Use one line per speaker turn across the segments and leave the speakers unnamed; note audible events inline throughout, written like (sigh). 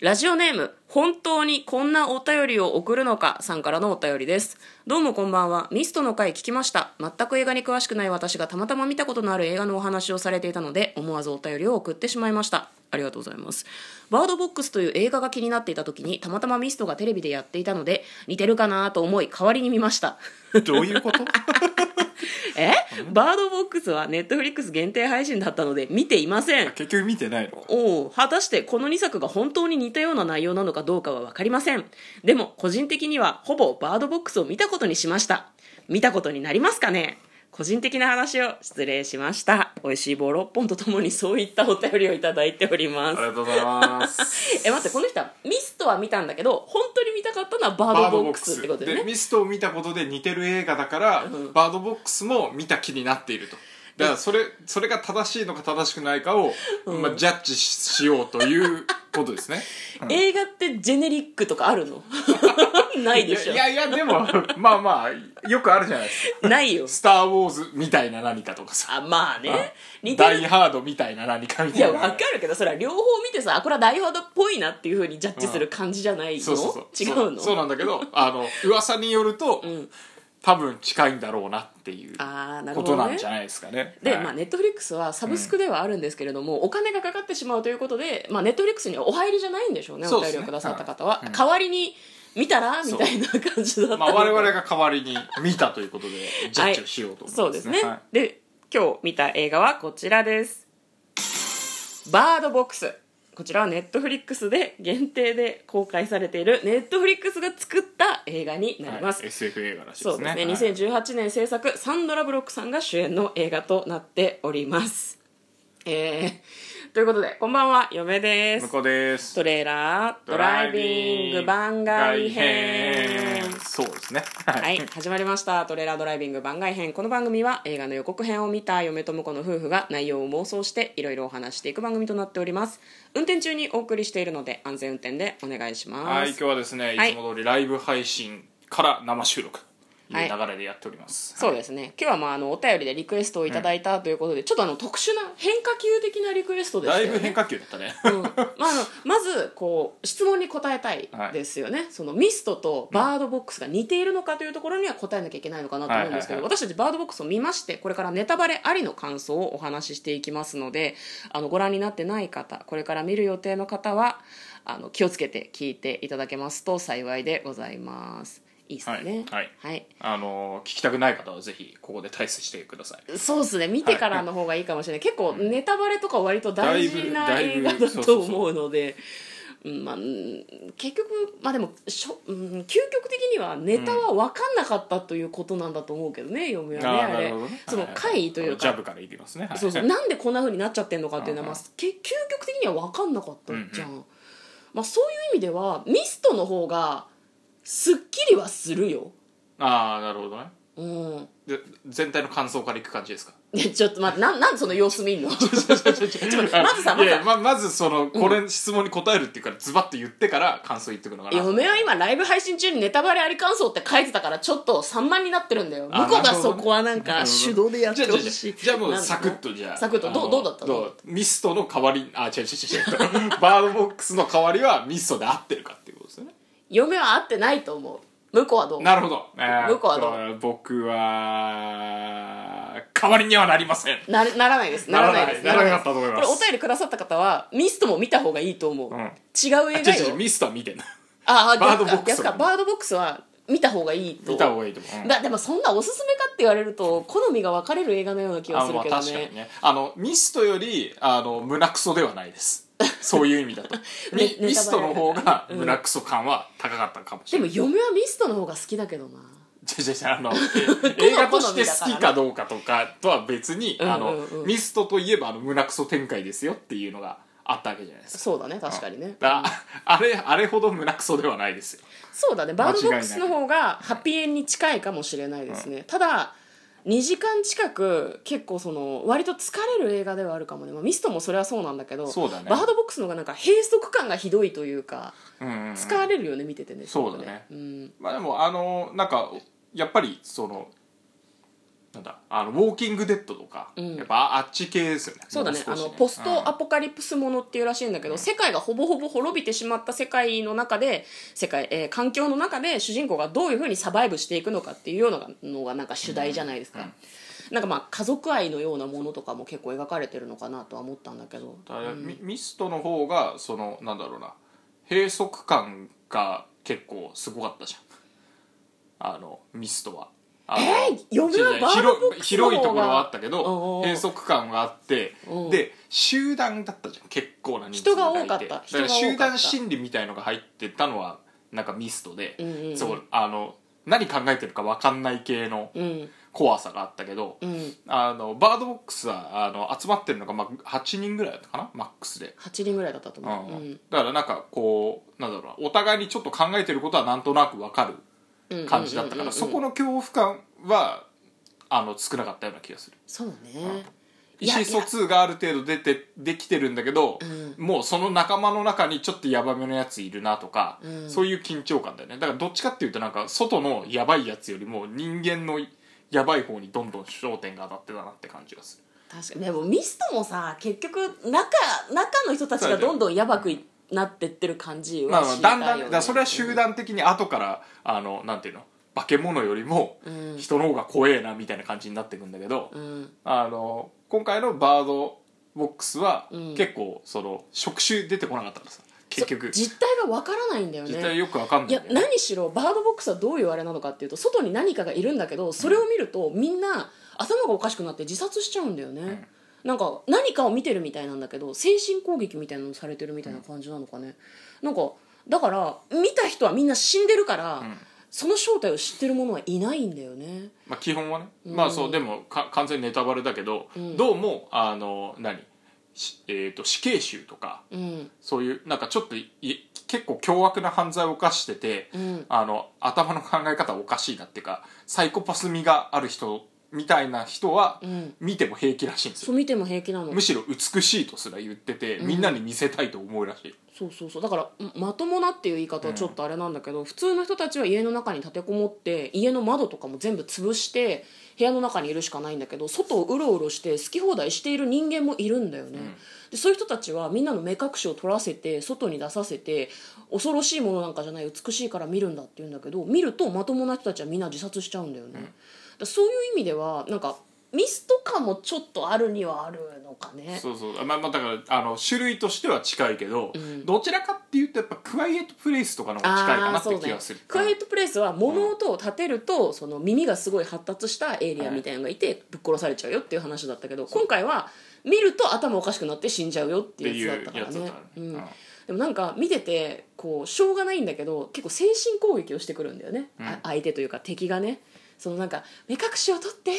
ラジオネーム、本当にこんなお便りを送るのかさんからのお便りです。どうもこんばんは。ミストの回聞きました。全く映画に詳しくない私がたまたま見たことのある映画のお話をされていたので、思わずお便りを送ってしまいました。ありがとうございます。バードボックスという映画が気になっていた時に、たまたまミストがテレビでやっていたので、似てるかなと思い、代わりに見ました。
(laughs) どういうこと
えバードボックスはネットフリックス限定配信だったので見ていません
結局見てないの
おう果たしてこの2作が本当に似たような内容なのかどうかは分かりませんでも個人的にはほぼバードボックスを見たことにしました見たことになりますかね個人的な話を失礼しました美味しい棒6本とともにそういったお便りをいただいておりま
あ
す
りがとうございます
え待ってこの人はミストは見たんだけど本当に見たかったのは (laughs) バードボックスってことだよ
で
ね
ミストを見たことで似てる映画だから、バードボックスも見た気になっているとだからそれそれが正しいのか正しくないかを、まあ、ジャッジししようということですね、うん
映画ってジェネリックとかあるの (laughs) ない
い
でしょ
やいやいやでも (laughs) まあまあよくあるじゃないですか
ないよ
「スター・ウォーズ」みたいな何かとかさ
あまあね
「
似て
ダ
る
イ・ハード」みたいな何かみ
い
たいな
やわかるけどそれは両方見てさあこれはダイハードっぽいなっていうふうにジャッジする感じじゃないの、
そうそうそう
違うの
そうそうなんだけどあの噂によると、
ん
多分近いんだろうなっていう
あーなる
こ
ほど
と
ね
なんじゃないですかね
で、
はい
まあ、ネットフリックスはサブスクではあるんですけれども、お金がかかってしまうということで、まあ、ネットフリックスにはお入りじゃないんでしょうね
そう
お
です
便り
ね
をくださった方は、
はいうん
代わりに見たらみたいな感じだったの
ま
か
あ、我々が代わりに見たということでジャッジをしようと
そ
思
う
いま
です
す
ね、
はい
で今日見た映画はこちらですバードボックスこちらはネットフリックスで限定で公開されているネットフリックスが作った映画になります、
はい SF 映画らしいで
そ
す
うで
ね
すね、
はい
2018年制作サンドラ・ブロックさんが主演の映画となっておりますえー、ということでこんばんは嫁です
向こうです
トレーラードライビング番外編
そうですねはい、
はい、始まりました「トレーラードライビング番外編」この番組は映画の予告編を見た嫁と婿の夫婦が内容を妄想していろいろお話していく番組となっております運転中にお送りしているので安全運転でお願いします、
はい今日はですねい
はい
つも通りライブ配信から生収録と
はい
いう流れでやっております、
そうですね今日はまああのお便りでリクエストをいただいたということで、ちょっとあの特殊な変化球的なリクエストでした
だ
よ
い
ね
ぶ変化球だったね (laughs)
うんまあ、あのまずこう質問に答えたいですよね、そのミストとバードボックスが似ているのかというところには答えなきゃいけないのかなと思うんですけど、
はいは
私たちバードボックスを見ましてこれからネタバレありの感想をお話ししていきますのであのご覧になってない方これから見る予定の方はあの気をつけて聞いていただけますと幸いでございます。いいですね、
はい
はい
あのー聞きたくない方はぜひここで退出してください
そうですね見てからの方がいいかもしれない、結構ネタバレとか割と大事な
だい
映
ぶ
画
だいぶ
だ
そ
と
うそうそう
思うのでうんまあうん結局まあでもしょ、うん、究極的にはネタは分かんなかったということなんだと思うけどね、読むよね
ー
あれその回というか、
ジャブからいきますね、はい
そう
(laughs)
そうなんでこんなふうになっちゃってんのかっていうのは、まあ、
うん
け究極的には分かんなかったじゃん、まあ、そういう意味ではミストの方がすっきりはするよ
ああなるほどね
うん
で全体の感想からいく感じですか (laughs)
いやちょっと待ってなんなんでその様子見んの (laughs) ちょっと待ってまずさ
い
まず
やい
さ
やままずそのこれ質問に答えるっていうからズバッと言ってから感想言ってくのかな
嫁は今ライブ配信中にネタバレあり感想って書いてたからちょっと散漫になってるんだよ
あ
向こう
な
が
るほど
そこはなんか
なるほ
手
ど
動でやっ
じ
て
ゃあ
ほ
じゃあ
し
じ
い
ゃあじゃあもう
なんか
サクッとじゃあ
サクッとどう
あの
どうだったどうだっ
ミストの代わりあ違う違う違う違うバードボックスの代わりはミストで合ってるかっていうことですよね
嫁は合ってないと思う向こうはどう
なるほど、え
向こうはどう
えっと僕は代わりにはなりません
なならないですならないです
ならないならなかったと思います
これお便りくださった方はミストも見た方がいいと思う、
うん
違う映
違
画
う違
よ
うミストは見てない
ああ
バードボッ
逆
クス
か逆かバードボックスは見た方がいいと
見た方がいいと思う、うん
だでもそんなおすすめかって言われると好みが分かれる映画のような気が
あ
する
まあ
けど
確か
ね
にねあのミストよりあの胸クソではないですそういう意味
(laughs)
だとミ
ネ
ミストの方
ネタバ
が胸クソ感は高かったかもし
で
れ
も
ない、
嫁はミストの方が好きだけどな
じゃじゃじゃ
(laughs)
あの映画として
好み
好
だか
き
ら
かどうかとかとは別に、あの
うんうんうん
ミストといえばあの胸クソ展開ですよっていうのがあったわけじゃないですか
そうだね確かにね
だあれあれほど胸クソではないですよ
そうだねバードボックスの方がハッピーエンに近いかもしれないですね、ただ2時間近く結構その割と疲れる映画ではあるかもね、まあ、ミストもそれはそうなんだけど
そうだね
バードボックスの方がなんか閉塞感がひどいというか
うんうんうん
疲れるよね見ててね
そうだね
すごくうん、
まあでもあのなんかやっぱりそのなんだあのウォーキングデッドとか、
うん
やっぱああっち系ですよね
そうだね
も
あ
少し
のポストアポカリプスものっていうらしいんだけど、世界がほぼほぼ滅びてしまった世界の中で世界、えー環境の中で主人公がどういうふうにサバイブしていくのかっていうようなのがなんか主題じゃないですか、なんかまあ家族愛のようなものとかも結構描かれてるのかなとは思ったんだけど
だからミミストの方がそのなんだろうな閉塞感が結構すごかったじゃんあのミストはあの
えー読む
違う違う
バードボックスの方が
広い広いところはあったけ
うんうん
ど閉塞感があって
うん
で集団だったじゃん結構な人数がいて
人が多かった人が多か
だから
った
集団心理みたいのが入ってたのはなんかミストで、
うんうんうん
そうあの何考えてるか分かんない系の
うん
怖さがあったけど、
うん
あのバードボックスはあの集まってるのが、まあ、8人ぐらいだったかなマックスで、
8人ぐらいだったと
う
思う、うん
ん、だからなんかこうなんだろうなお互いにちょっと考えてることはなんとなく分かる感じだったからそこ
の
の恐怖感はあの少なかったような気がする
そうね、
意
いや
思疎通がある程度出てできてるんだけど、
う
もうその仲間の中にちょっとヤバめのやついるなとか、
うん
そういう緊張感だよねだからどっちかっていうとなんか外のヤバいやつよりも人間のヤバい方にどんどん焦点が当たってたなって感じがする
確かにでもミストもさ結局中中の人たちがどんどんやばくいなってってる感じ
まあ
は
まあ
し
だ
たい
んだ
よ、
ん
ね
だからそれは集団的に後からあのなんていうの化け物よりも
うん
人の方が怖えなみたいな感じになってくんだけど、
うん
あの今回のバードボックスは
うん
結構その触手出てこなかったからさ結局
そう実態がわからないんだよ
実態
ね
よくわかんない
い
ん
や
だよね
何しろバードボックスはどういうあれなのかっていうと外に何かがいるんだけどそれを見るとみんな頭がおかしくなって自殺しちゃうんだよね、
ん
なんか何かを見てるみたいなんだけど精神攻撃みたいなのされてるみたいな感じなのかね、なんかだから見た人はみんな死んでるから、
ん
その正体を知ってる者はいないんだよね
まあ、基本はね、まあそうでもか完全にネタバレだけど、
うん
どうもあの何、しえー、と死刑囚とか
うん
そういうなんかちょっとい結構凶悪な犯罪を犯してて、
うん
あの頭の考え方おかしいなっていうかサイコパス味がある人みたいな人は
うん
見ても平気らしいんです
そ
よ、
う見ても平気なの
むしろ美しいとすら言ってて、みんなに見せたいと思うらしい
そうそうそうだからんまともなっていう言い方はちょっとあれなんだけど、普通の人たちは家の中に立てこもって家の窓とかも全部潰して部屋の中にいるしかないんだけど外をうろうろして好き放題している人間もいるんだよね、でそういう人たちはみんなの目隠しを取らせて外に出させて恐ろしいものなんかじゃない美しいから見るんだって言うんだけど見るとまともな人たちはみんな自殺しちゃうんだよね、だからそういう意味ではなんかミスとかもちょっとあるにはあるのかね
そうそうまあまあだからあの種類としては近いけど、
ん
どちらかっていうとやっぱクワイエットプレイスとかの方が近いかなって気がする
あーそうねクワイエットプレイスは物音を立てると、その耳がすごい発達したエイリアンみたいなのがいて、ぶっ殺されちゃうよっていう話だったけど今回は見ると頭おかしくなって死んじゃうよっていうやつだったからね
っていうやつだったね
うん
うん
でもなんか見ててこうしょうがないんだけど結構精神攻撃をしてくるんだよね、あ相手というか敵がねそのなんか目隠しを取って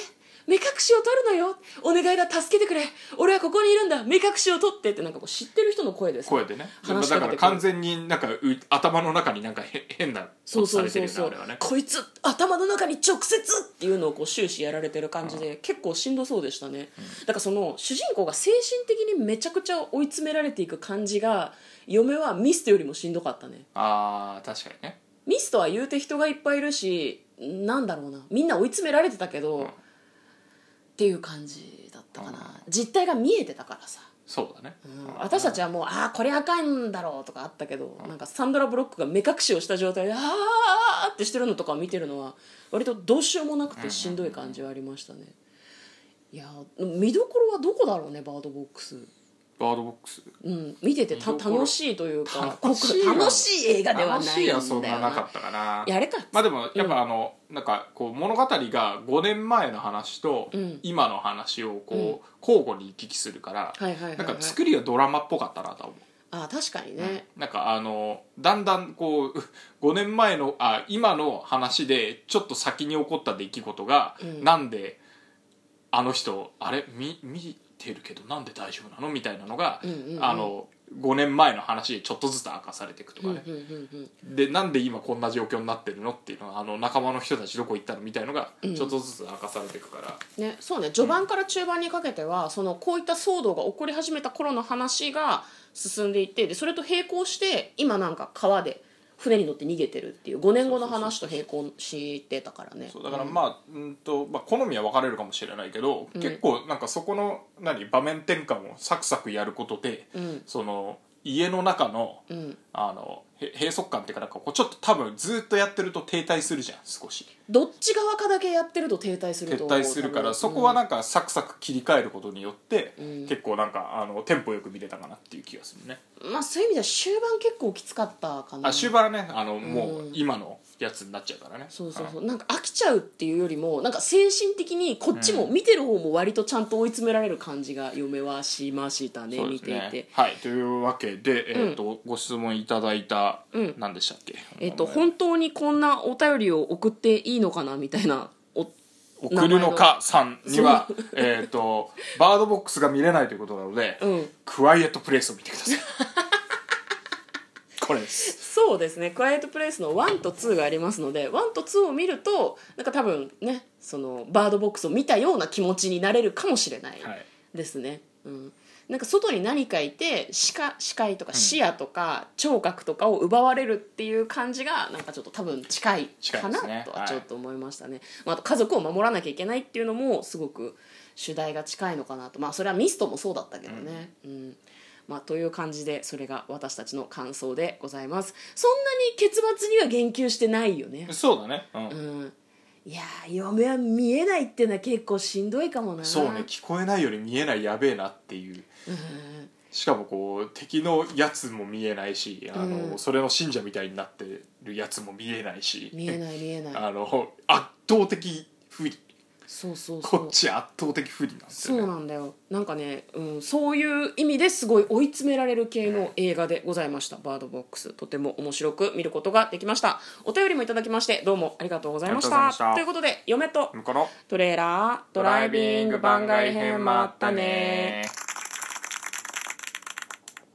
目隠しを取るのよお願いだ助けてくれ俺はここにいるんだ目隠しを取ってってなんかこう知ってる人の声です
声でねまあ
話しか
だ
けて
か
く
ら
る
完全になんかう頭の中になんかへ変なこ
そう
とさ
そう
れて
そ
る
う
よね
そ
あ
う
れはね
こいつ頭の中に直接っていうのをこう終始やられてる感じで結構しんどそうでしたね、だからその主人公が精神的にめちゃくちゃ追い詰められていく感じが嫁はミストよりもしんどかったね
あー確かにね
ミストは言うて人がいっぱいいるしなんだろうなみんな追い詰められてたけど、
うん
っていう感じだったかな、実態が見えてたからさ
そうだね、
うん私たちはもう「ああこれあかんだろ」うとかあったけどなんかサンドラ・ブロックが目隠しをした状態で「あーあーあーってしてるのとかを見てるのは割とどうしようもなくてしんどい感じはありましたねいやー見どころはどこだろうねバードボックス
バードボックス
うん見ててた
見どころ
楽しいというか
楽しい
ここ楽しい映画ではないんだよ
楽しいはそんななか
な
ったかない
やあれか
まあでもやっぱあの、なんかこう物語が5年前の話と
うん
今の話をこう交互に行き来するから、
はいはいはい、
なん
は
か
い、
作りはドラマっぽかったなとは思う
あー確かにね、
なんかあのだんだんこう5 (laughs) 年前のあ今の話でちょっと先に起こった出来事が、
うん
なんであの人あれ見見てるけどなんで大丈夫なのみたいなのが、
うんうんうん
あの5年前の話でちょっとずつ明かされていくとかね、
うんうんうんうん
でなんで今こんな状況になってるのっていうのはあの仲間の人たちどこ行ったのみたいのがちょっとずつ明かされていくから、
ね、そうね序盤から中盤にかけては、そのこういった騒動が起こり始めた頃の話が進んでいってでそれと並行して今なんか川で船に乗って逃げてるっていう5年後の話と並行してたからね
そうだからまあ、うんとまあ、好みは分かれるかもしれないけど、結構なんかそこの何場面転換をサクサクやることで、
ん
その家の中の,、
ん
あのへ閉塞感っていうかなんかこうちょっと多分ずっとやってると停滞するじゃん少し
どっち側かだけやってると停滞する
撤
と
退するからそこはなんかサクサク切り替えることによって、結構なんかあのテンポよく見れたかなっていう気がするね、
まあそういう意味では終盤結構きつかったかな
あ終盤はねあの、もう今のやつになっちゃうからね
そうそうそううなんか飽きちゃうっていうよりもなんか精神的にこっちも見てる方も割とちゃんと追い詰められる感じが嫁はしましたね
そうで
見
す
ていて。
はい、というわけで、えーとご質問いただいた、
うん
何でしたっけ、
えっと、
名前
本当にこんなお便りを送っていいのかなみたいなお
送るのかさんには、 (laughs) えー、とバードボックスが見れないということなので、
うん
クワイエットプレイスを見てくだ
(laughs)
さいこれです
そうですね「クワイエットプレイス」の1と2がありますので1と2を見るとなんか多分ねそのバードボックスを見たような気持ちになれるかもしれない
はい
ですね、うん、なんか外に何かいて視か視界とか視野とか聴覚とかを奪われるっていう感じがなんかちょっと多分近い
近い
か
で
な
すね
と
は
はいちょっと思いましたね、まあ、あと家族を守らなきゃいけないっていうのもすごく主題が近いのかなとまあそれはミストもそうだったけどね、うんまあ、という感じでそれが私たちの感想でございますそんなに結末には言及してないよね
そうだね、うん
うんいやー嫁は見えないっていうのは結構しんどいかもな
そうね聞こえないより見えないやべえなっていうしかもこう敵のやつも見えないしあの、
うん
それの信者みたいになってるやつも見えないし
見えない見えない
あの圧倒的不利
そうそうそ
こ
う
っち圧倒的不利なんですよ
そう
ね
なんだよなんかね、うん、そういう意味ですごい追い詰められる系の映画でございました「バードボックス」とても面白く見ることができましたお便りもいただきましてどうもありがとうございました
ありがとうございました
いうことで嫁と
向こうの
トレーラードライビング番外編もあったね